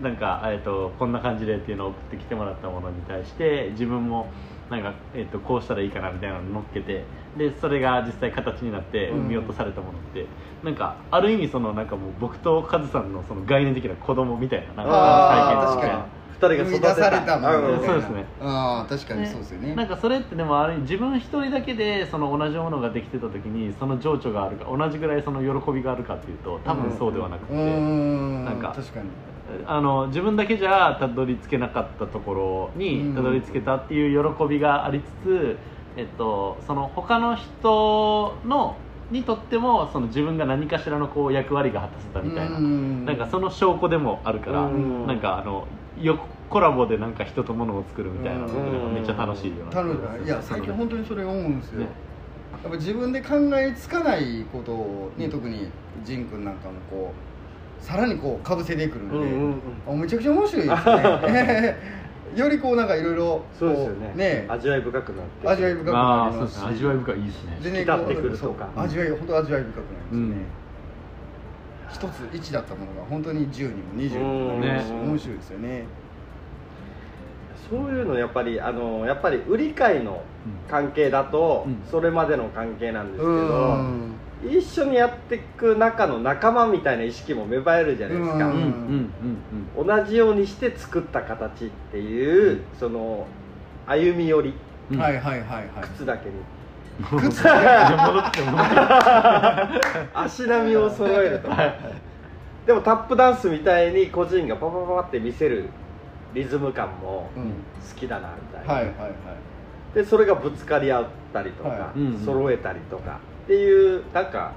Speaker 2: なんかえっとこんな感じでっていうのを送ってきてもらったものに対して自分もなんか、えっとこうしたらいいかなみたいなの乗っけてでそれが実際形になって
Speaker 3: うん
Speaker 2: 見落とされたものって、なんかある意味そのなんかもう僕とカズさんのその概念的な子供みたいななん
Speaker 3: あ
Speaker 2: か
Speaker 3: ー
Speaker 2: 体験
Speaker 3: 確かに
Speaker 1: 二人が育てた
Speaker 3: 生み出されたもの
Speaker 2: みたいなそうですね
Speaker 3: ああ確かにそうですよね
Speaker 2: なんかそれってでもあれ自分一人だけでその同じものができてた時にその情緒があるか同じぐらいその喜びがあるかっていうと多分そうではなくて、
Speaker 3: うーん
Speaker 2: なんか
Speaker 3: 確かに
Speaker 2: あの自分だけじゃたどり着けなかったところ
Speaker 3: う
Speaker 2: に
Speaker 3: ん
Speaker 2: たどり着けたっていう喜びがありつつ、えっと、その他の人のにとってもその自分が何かしらのこう役割が果たせたみたいな,、
Speaker 3: な
Speaker 2: なんかその証拠でもあるから、
Speaker 1: うん
Speaker 2: なんかあのよコラボでなんか人と物を作るみたいなのってなんかめっちゃ楽しいよな
Speaker 3: 頼むいや最近本当にそれ思うんですよ、
Speaker 2: ね
Speaker 3: やっぱ自分で考えつかないことをね、特に仁君なんかもこうさらにこうかぶせてくるんで、
Speaker 1: うんうんうん
Speaker 3: あめちゃくちゃ面白いです
Speaker 2: *laughs*
Speaker 3: ね *laughs* よりこうなんかいろいろ
Speaker 1: そうですよね味わい深くなって
Speaker 3: 味わい深くな
Speaker 2: あー
Speaker 3: り
Speaker 2: そう
Speaker 3: ま
Speaker 2: ですす
Speaker 3: し
Speaker 2: ね味わい深いいいですね
Speaker 3: 全
Speaker 1: 引き立ってくるとか
Speaker 3: そう味わい本当味わい深くなります
Speaker 2: う
Speaker 3: ね、
Speaker 2: ん
Speaker 3: 一つ一だったものが本当に10にも20にもなりますし、
Speaker 1: うん
Speaker 3: 面白いですよね
Speaker 1: そういうのやっぱりあのやっぱり売り買いの関係だと、
Speaker 2: うん
Speaker 1: それまでの関係なんですけ
Speaker 3: う
Speaker 1: ど、
Speaker 3: ん
Speaker 1: 一緒にやっていく中の仲間みたいな意識も芽生えるじゃないですか、
Speaker 2: うん
Speaker 3: う
Speaker 2: うんんうん
Speaker 1: 同じようにして作った形っていう、その歩み寄り
Speaker 2: うん *laughs*
Speaker 3: はいはいはいはい
Speaker 1: 靴だけに
Speaker 2: 靴戻って戻って
Speaker 3: *laughs*
Speaker 1: 足並みを揃えると *laughs* かでもタップダンスみたいに個人がパパパパって見せるリズム感も
Speaker 3: うん
Speaker 1: 好きだなみたいな、
Speaker 3: はいはいはい
Speaker 1: でそれがぶつかり合ったりとか、
Speaker 3: はい
Speaker 2: うんうん
Speaker 1: 揃えたりとかっていうなんか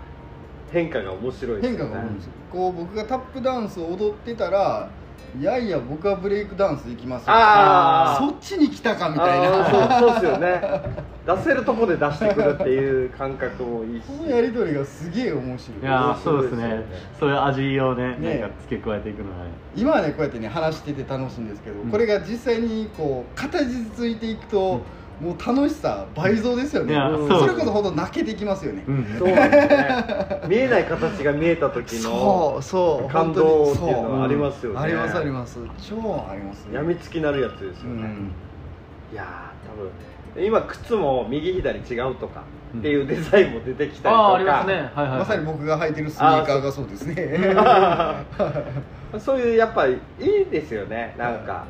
Speaker 1: 変化が面白いです
Speaker 3: 変
Speaker 1: よ
Speaker 3: 化
Speaker 1: ね
Speaker 3: が起こるんですよこう僕がタップダンスを踊ってたらいやいや僕はブレイクダンス行きますよ
Speaker 1: あー
Speaker 3: そっちに来たかみたい
Speaker 1: あ
Speaker 3: な
Speaker 1: ーそうそうですよね出せるとこで出してくるっていう感覚も
Speaker 3: *laughs*
Speaker 1: いいし
Speaker 3: このやり取りがすげえ面白い
Speaker 2: いやーそうです
Speaker 1: 面白
Speaker 2: ね
Speaker 1: いですよね
Speaker 2: そういう味をね
Speaker 3: ね
Speaker 2: なんか付け加えていくのはね
Speaker 3: 今はねこうやってね話してて楽しいんですけど、
Speaker 2: うん
Speaker 3: これが実際にこう形づいていくと、もう楽しさ倍増ですよね、
Speaker 2: いや
Speaker 1: うん
Speaker 2: そう
Speaker 3: それこそほど泣けてきますよね、
Speaker 2: うん
Speaker 1: そうなんですね見えない形が見えた時
Speaker 3: そ
Speaker 1: の
Speaker 3: うそう
Speaker 1: 感動っていうのはありますよね、
Speaker 3: 本当にそうありますあります超あります
Speaker 1: やみつきなるやつです
Speaker 3: う
Speaker 1: よね、
Speaker 3: ん
Speaker 1: いやー多分今靴も右左違うとかっていうデザインも出てきたりとか、
Speaker 2: ああーありますねはいはい
Speaker 3: まさに僕が履いてるスニーカーがそうですね
Speaker 1: *laughs* そういうやっぱりいいですよねなんか、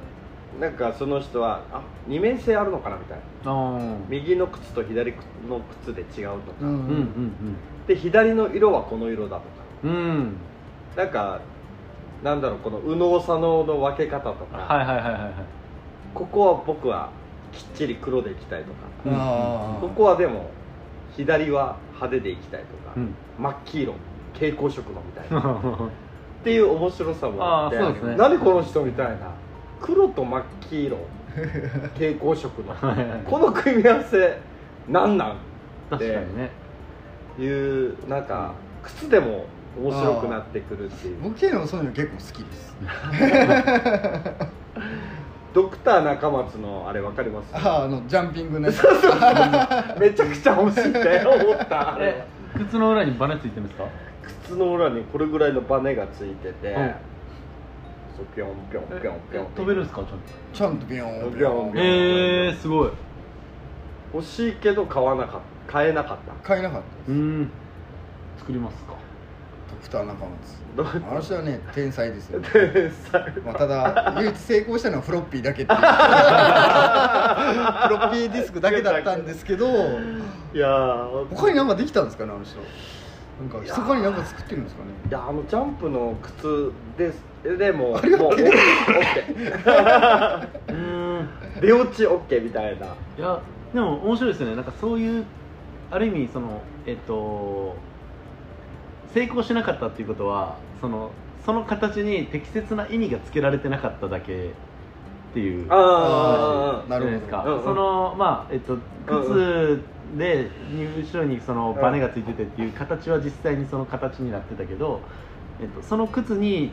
Speaker 1: なんかその人はあ二面性あるのかなみたいな
Speaker 2: あー
Speaker 1: 右の靴と左の靴で違うとか、
Speaker 2: うんうん
Speaker 1: で左の色はこの色だとか
Speaker 2: うんうん
Speaker 1: なんかなんだろうこの右脳左脳の分け方とか、
Speaker 2: はいはいはいはいはい
Speaker 1: ここは僕はきっちり黒でいきたいと
Speaker 2: う
Speaker 1: か、
Speaker 2: ん
Speaker 3: あー
Speaker 1: ここはでも左は派手でいきたいとか、
Speaker 2: うん
Speaker 1: 真っ黄色蛍光色のみたいなっていう面白さもあって
Speaker 2: あーそうですね
Speaker 1: 何この人みたいな黒と真っ黄色蛍光色のこの組み合わせなんな
Speaker 2: 確かにね
Speaker 1: んいうなんか靴でも面白くなってくるっていう
Speaker 3: 僕系のそういうの結構好きです
Speaker 1: ドクター中松のあれわかります
Speaker 3: あーあのジャンピングのや
Speaker 1: *laughs*
Speaker 3: つ
Speaker 1: めちゃくちゃ欲しいって思ったあれ
Speaker 2: え靴の裏にバネついてるんですか
Speaker 1: 靴の裏にこれぐらいのバネがついてて、
Speaker 2: うん
Speaker 1: そうピョンピョンピョンピョン
Speaker 2: 飛べるんですかちゃんと
Speaker 3: ちゃんとビヨーン
Speaker 1: ビヨーンビヨーン
Speaker 2: えーすごい
Speaker 1: 欲しいけど買わなかった買えなかった
Speaker 3: 買えなかっ
Speaker 2: うん作りますか
Speaker 3: たドクター中
Speaker 1: ど
Speaker 3: 松あの人はね天才ですよ、ね
Speaker 2: *laughs*
Speaker 1: 天才
Speaker 3: まあ、ただ唯一成功したのはフロッピーだけって
Speaker 1: *laughs*
Speaker 3: いうフロッピーディスクだけだったんですけど
Speaker 1: いやー
Speaker 3: 他に何かできたんですかねあの人なんか密かに何か作ってるんですかね
Speaker 1: いやあのジャンプの靴ですでももうオッケー
Speaker 2: うん
Speaker 1: 出落ちオッケーみたいない
Speaker 2: やでも面白いですよねなんかそういうある意味そのえっと成功しなかったっていうことはそのその形に適切な意味がつけられてなかっただけっていう
Speaker 1: あー
Speaker 3: なるほ
Speaker 2: じゃな
Speaker 3: ど
Speaker 2: いですか、
Speaker 1: うんうん
Speaker 2: そのまあえっと靴で後ろにそのバネがついててっていう形は実際にその形になってたけど、えっと、その靴に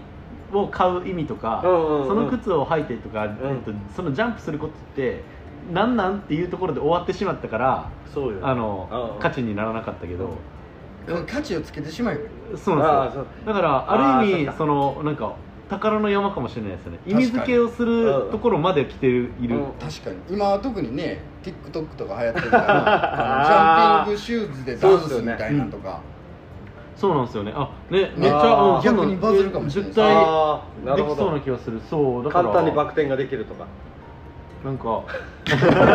Speaker 2: を買う意味とか、
Speaker 1: うんうんうん
Speaker 2: その靴を履いてとか、
Speaker 1: ん
Speaker 2: えっと、そのジャンプすることってなんなんっていうところで終わってしまったから
Speaker 1: そうよ
Speaker 2: あ
Speaker 1: うん
Speaker 2: の
Speaker 1: うん
Speaker 2: 価値にならなかったけど、
Speaker 3: でも価値をつけてしまえばいい
Speaker 2: そう
Speaker 1: あ
Speaker 2: なん
Speaker 1: あ
Speaker 2: です
Speaker 1: そ
Speaker 2: よ
Speaker 1: う
Speaker 2: だからある意
Speaker 1: あーそっ
Speaker 2: 味
Speaker 1: か
Speaker 2: そのなんか宝の山かもしれないですよね
Speaker 3: 確
Speaker 2: 意
Speaker 3: かに
Speaker 2: 味付けをす
Speaker 1: う
Speaker 2: る
Speaker 1: ん
Speaker 2: ところまで来ている、
Speaker 1: うん
Speaker 3: 確かに今は特にね TikTok とか流行ってるから
Speaker 1: *laughs*
Speaker 3: あのジャンピングシューズでダンスみたいなとか、
Speaker 2: そうなんですよねあね
Speaker 3: ね
Speaker 2: めっちゃ、うん、
Speaker 3: 逆にバズるかもしれない
Speaker 2: 絶
Speaker 3: です
Speaker 2: 対
Speaker 1: あーな
Speaker 2: で
Speaker 1: るほ
Speaker 2: きそ
Speaker 1: ど
Speaker 2: うな気がするそうだから
Speaker 1: 簡単にバク転ができるとか
Speaker 2: なんか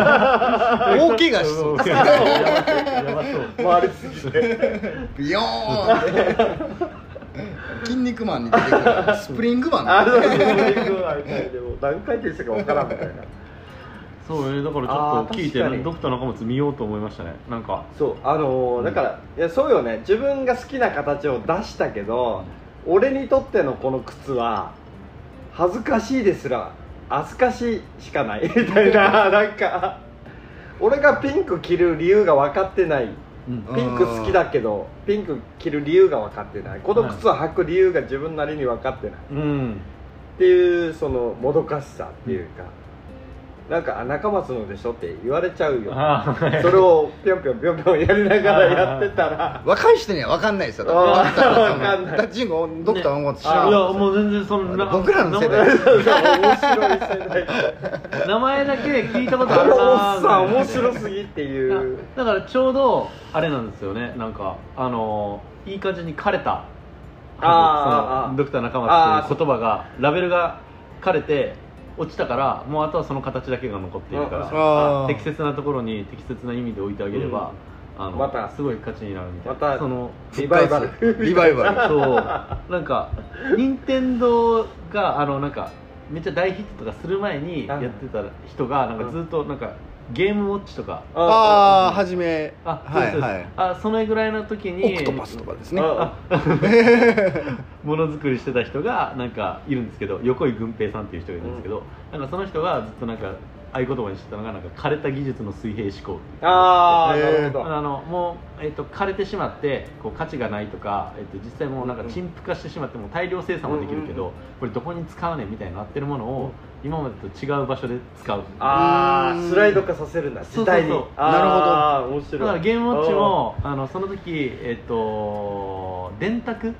Speaker 2: *laughs* やばそうやばそう
Speaker 3: 大怪我しそう
Speaker 1: 回
Speaker 2: *laughs*
Speaker 1: りすぎて
Speaker 3: ビヨーンって筋肉マンに出て
Speaker 1: *laughs*
Speaker 3: くるスプリングマン
Speaker 1: あ
Speaker 3: だ
Speaker 1: ーそうそうそういう具合で何回転したか分からんみたいな
Speaker 2: そうねだからちょ
Speaker 1: あ
Speaker 2: っ
Speaker 1: ー
Speaker 2: と聞いて
Speaker 1: 確かに
Speaker 2: ドクター中松見ようと思いましたねなんか
Speaker 1: そうあのーだから、いやそうよね自分が好きな形を出したけど俺にとってのこの靴は恥ずかしいですら恥ずかしいしかない *laughs* みたいななんか俺がピンク着る理由が分かってない
Speaker 2: うん
Speaker 1: ピンク好きだけどピンク着る理由が分かってないこの靴を履く理由が自分なりに分かってない
Speaker 2: うん
Speaker 1: っていうそのもどかしさっていうか、なんかあ中松のでしょって言われちゃうよ
Speaker 2: あーは
Speaker 1: *laughs*
Speaker 2: い
Speaker 1: それをぴょんぴょんぴょんぴょんやりながらやってたら
Speaker 3: 若い人には分かんないですよ
Speaker 1: あ
Speaker 3: だ
Speaker 1: ー
Speaker 3: って
Speaker 1: わかんない
Speaker 3: だってジンゴドクター思って知ら
Speaker 1: あ
Speaker 3: ないい
Speaker 2: やもう全然そのな
Speaker 3: 僕らの世代
Speaker 1: 面白い世代
Speaker 2: 名前だけ聞いたことあ
Speaker 1: あ
Speaker 2: る
Speaker 1: の *laughs* お
Speaker 2: なー
Speaker 1: っさん面
Speaker 2: ぐら
Speaker 1: 白
Speaker 2: いです
Speaker 1: ぎって
Speaker 2: いや
Speaker 1: いう
Speaker 2: だからちょうどあれなんですよねなんかあのーいい感じに枯れた
Speaker 1: あー
Speaker 2: そ
Speaker 1: あー
Speaker 2: のドクター中
Speaker 1: あ
Speaker 2: 松
Speaker 1: ー
Speaker 2: という言葉がラベルが枯れて落ちたからもうあとはその形だけが残っているから
Speaker 1: あ
Speaker 3: ー
Speaker 2: あ適切なところに適切な意味で置いてあげれば、あの
Speaker 1: また
Speaker 2: すごい価値になるみたいな、
Speaker 1: また
Speaker 2: その
Speaker 1: リバイバル
Speaker 3: リバイバル
Speaker 2: そう *laughs* なんか任天堂があのなんかめっちゃ大ヒットとかする前にやってた人がなんかずっとなんかゲームウォッチとか
Speaker 3: *laughs* ああ初め
Speaker 2: あ、そう
Speaker 3: は
Speaker 2: ですそ
Speaker 3: い
Speaker 2: うです
Speaker 3: はい
Speaker 2: あそのぐらいの時に
Speaker 3: オクトパスとかですね *laughs*
Speaker 1: あ
Speaker 2: ものづくりしてた人がなんかいるんですけど横井軍平さんっていう人がいるんですけど、なんかその人がずっとなんか合言葉にしてたのがなんか枯れた技術の水平思考っていう
Speaker 1: あーなるほど、
Speaker 2: あのもう、えっと枯れてしまってこう価値がないとか、えっと実際もうなんか陳腐化してしまってもう大量生産はできるけど、
Speaker 1: うんうん
Speaker 2: これどこに使うねんみたいになってるものを、今までと違う場所で使う
Speaker 1: あ
Speaker 3: う
Speaker 1: あ
Speaker 3: ん
Speaker 1: スライド化させるんだ時代に
Speaker 2: そうそうそう
Speaker 1: あー面白い
Speaker 2: だからゲームウォッチもあのその時、えっと電卓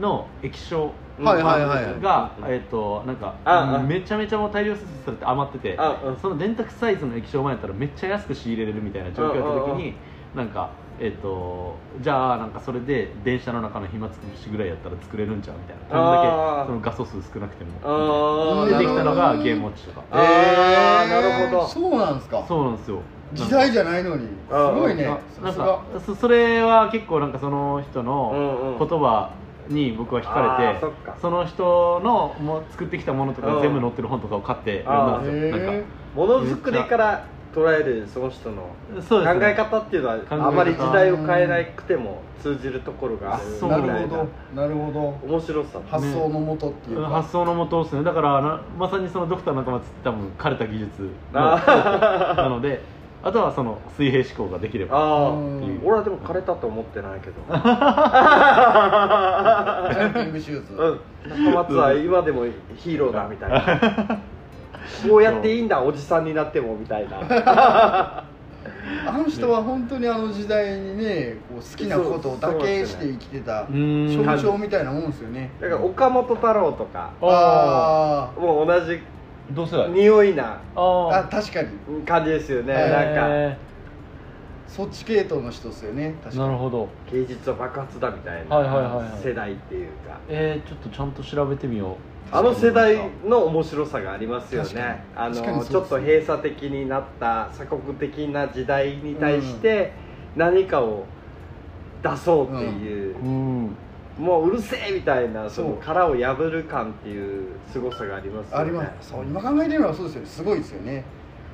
Speaker 2: の液晶
Speaker 3: はいはいはい
Speaker 2: が、
Speaker 1: うん
Speaker 2: えっとなんか
Speaker 1: ああ
Speaker 2: めちゃめちゃもう大量生産されて余ってて
Speaker 1: あうん
Speaker 2: その電卓サイズの液晶前やったらめっちゃ安く仕入れれるみたいな状況だった時になんかえっとじゃあなんかそれで電車の中の暇つぶしぐらいやったら作れるんちゃうみたいなこ
Speaker 1: ああ
Speaker 2: んだけその画素数少なくても
Speaker 1: あ
Speaker 2: で
Speaker 3: ー
Speaker 2: できたのが
Speaker 3: なるほど
Speaker 2: ゲームウォッチとか
Speaker 1: あーなるほど
Speaker 3: そうなんですか
Speaker 2: そうなんですよ
Speaker 3: 時代
Speaker 2: じ
Speaker 3: じゃないのにす
Speaker 1: あー
Speaker 3: ごいね
Speaker 2: なな
Speaker 3: さ
Speaker 2: ん
Speaker 3: すが
Speaker 2: かそそれは結構なんかその人の、
Speaker 1: うんうん
Speaker 2: 言葉に僕は惹かれ
Speaker 1: あーそってか
Speaker 2: その人のもう作ってきたものと
Speaker 1: う
Speaker 2: か
Speaker 1: ん
Speaker 2: 全部載ってる本とかを買って読んだんですよなん
Speaker 3: へ
Speaker 2: か
Speaker 1: ものづくりから捉えるその人の
Speaker 2: そう
Speaker 1: 考
Speaker 2: ですね
Speaker 1: え方っていうのは
Speaker 2: 考え方
Speaker 1: あまり時代を変えなくても通じるところがある
Speaker 2: あ
Speaker 1: み
Speaker 2: そ
Speaker 3: ー
Speaker 2: う
Speaker 1: たな
Speaker 3: ないるほどなるほど
Speaker 1: 面白さだ
Speaker 3: 発想のもとっていうか *laughs*
Speaker 2: 発想のもとですねだからなまさにそのドクター中松って多分枯れた技術の
Speaker 1: あ
Speaker 2: *laughs* なのであとはその水平思考ができれば
Speaker 1: あ
Speaker 3: う
Speaker 1: ー
Speaker 3: ん
Speaker 1: 俺はでも枯れたと思ってないけど
Speaker 3: ジャンピングシューズ
Speaker 1: うん中松は今でもヒーローだみたいなこうやっていいんだおじさんになってもみたいな
Speaker 3: あの人は本当にあの時代にねこう好きなことだけして生きてた
Speaker 2: うーん
Speaker 3: 象徴みたいなもんですよね
Speaker 1: だから岡本太郎とか
Speaker 2: あ
Speaker 3: あ
Speaker 1: もう同じ
Speaker 2: ーどうせだ
Speaker 1: 匂いな
Speaker 3: ー
Speaker 2: あ
Speaker 3: あ
Speaker 2: ー
Speaker 3: 確かに
Speaker 1: 感じですよねなんか
Speaker 2: へ
Speaker 3: そっち系統の人ですよね確
Speaker 2: ー
Speaker 3: か
Speaker 2: なる
Speaker 3: に
Speaker 2: ほど
Speaker 1: 芸術は爆発だみたい
Speaker 2: はいはいはい
Speaker 1: な
Speaker 2: はい
Speaker 1: 世代っていうか
Speaker 2: えー、ちょっとちゃんと調べてみよ
Speaker 1: あの世代の面白さがありますよね
Speaker 3: 確か
Speaker 1: あ
Speaker 3: に
Speaker 1: の
Speaker 3: 確かにそうです
Speaker 1: ちょっと閉鎖的になった鎖国的な時代に対して何かを出そうっていう
Speaker 2: う、うん
Speaker 1: もううるせえみたいなその
Speaker 3: そう
Speaker 1: 殻を破る感っていう凄さがありますよね
Speaker 3: ありますそう今考えてみればそうですよねすごいですよね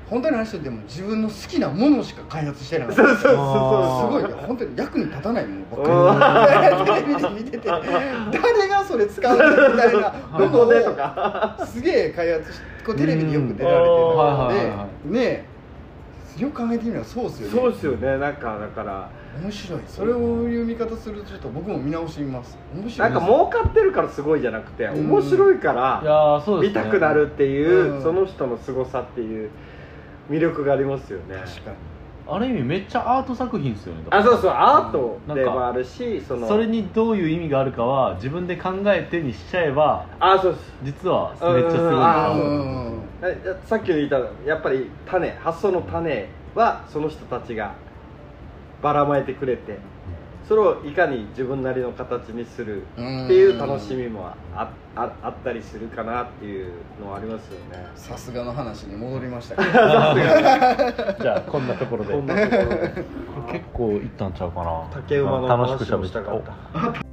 Speaker 3: 本当にあの人でも自分の好きなものしか開発してなかった
Speaker 1: そうそうそう
Speaker 2: あ
Speaker 3: すごい
Speaker 1: そう
Speaker 3: よ本当に役に立たないもの
Speaker 1: う
Speaker 3: ばっ *laughs* かりテレビで見てて誰がそれ使うのみたいな *laughs*
Speaker 1: どこでと
Speaker 3: か
Speaker 1: か
Speaker 3: すげえ開発しこうテレビによく出られてる
Speaker 1: うん
Speaker 3: の
Speaker 2: はい
Speaker 3: で、
Speaker 2: はいは
Speaker 3: ねえよく考えてみればそうですよね
Speaker 1: そうですよねなんかだから
Speaker 3: 面白いそれをいう見方するとちょっと僕も見直してみます面白
Speaker 1: ないんか儲かってるからすごいじゃなくて
Speaker 3: うん
Speaker 1: 面白いか
Speaker 2: い
Speaker 1: ら
Speaker 2: やーそうで
Speaker 1: 見
Speaker 2: すね
Speaker 1: たくなるっていう
Speaker 3: うん
Speaker 1: その人の凄さっていう魅力がありますよね
Speaker 3: 確かに
Speaker 2: ある意味めっちゃアート作品ですよね
Speaker 1: あそうそうアート
Speaker 2: なんか
Speaker 1: でもあるしその
Speaker 2: それにどういう意味があるかは自分で考えてにしちゃえば
Speaker 1: あそうです
Speaker 2: 実はめっちゃすごいな
Speaker 1: あ
Speaker 2: と
Speaker 1: ー
Speaker 2: 思う
Speaker 3: うん
Speaker 1: えさっきの言ったやっぱり種発想の種はその人たちがばらまいてくれてそれをいかに自分なりの形にするっていう楽しみもあああったりするかなっていうのはありますよ
Speaker 2: *laughs*
Speaker 1: ね
Speaker 3: さすがの話に戻りましたけど
Speaker 2: じゃあこんなところで
Speaker 1: こんなところで
Speaker 2: 結構いったんちゃうかな
Speaker 1: 竹馬の
Speaker 2: 楽しく
Speaker 1: 話
Speaker 2: 喋
Speaker 1: を
Speaker 2: っ
Speaker 1: したたかった